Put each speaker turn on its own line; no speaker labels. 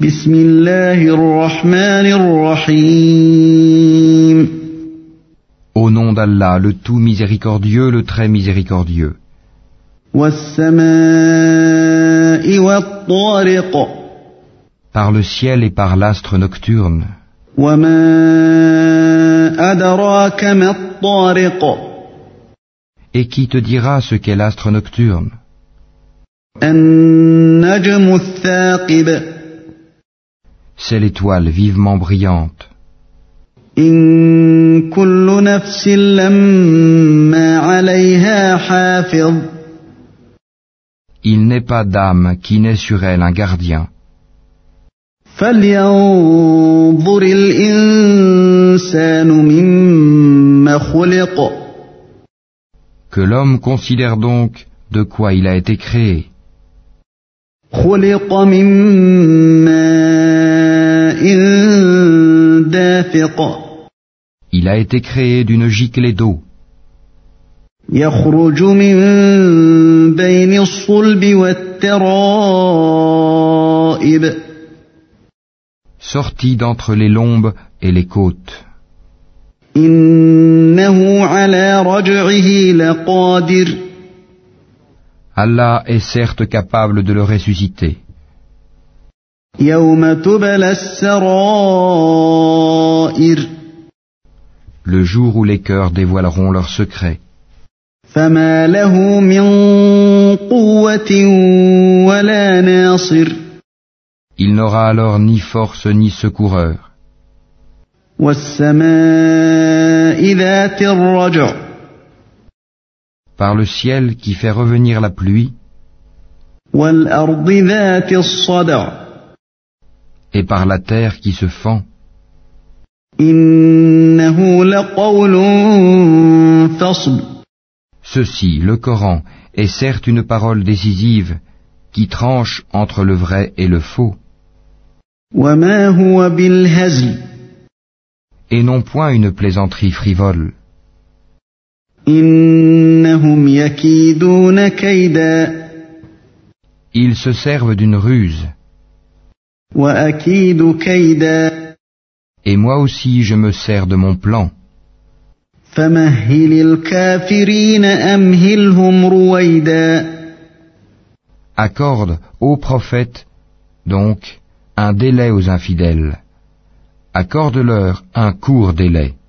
بسم الله الرحمن الرحيم
Au nom d'Allah, le tout miséricordieux, le très miséricordieux,
والسماء والطارق
par le ciel et par l'astre nocturne.
وما أدراك ما الطارق
Et qui te dira ce qu'est l'astre nocturne
النجم الثاقب
C'est l'étoile vivement brillante.
إن كل نفس لما عليها حافظ
Il n'est pas d'âme qui n'ait sur elle un gardien.
فلينظر الإنسان مما خلق
Que l'homme considère donc de quoi il a été créé.
خلق من ماء دافق
Il a été créé d'une giclée d'eau
يخرج من بين الصلب والترائب
sortie d'entre les lombes et les côtes.
إنه على رجعه لقادر
Allah est certes capable de le ressusciter.
يوم تبلى السرائر
Le jour où les cœurs dévoileront leurs secrets.
فما له من قوة ولا ناصر
Il n'aura alors ni force ni secoureur.
والسماء ذات الرجع
Par le ciel qui fait revenir la pluie,
والأرض ذات الصدع
et par la terre qui se fend,
إنه لقول فصل
ceci, le Coran, est certes une parole décisive, qui tranche entre le vrai et le faux,
وما هو بالهزل
et non point une plaisanterie frivole.
إنهم يكيدون كيدا
Ils se servent d'une ruse,
وأكيد كيدا
et moi aussi je me sers de mon plan.
فمهل الكافرين أمهلهم رويدا
Accorde, ô prophète, donc, un délai aux infidèles. Accorde-leur un court délai.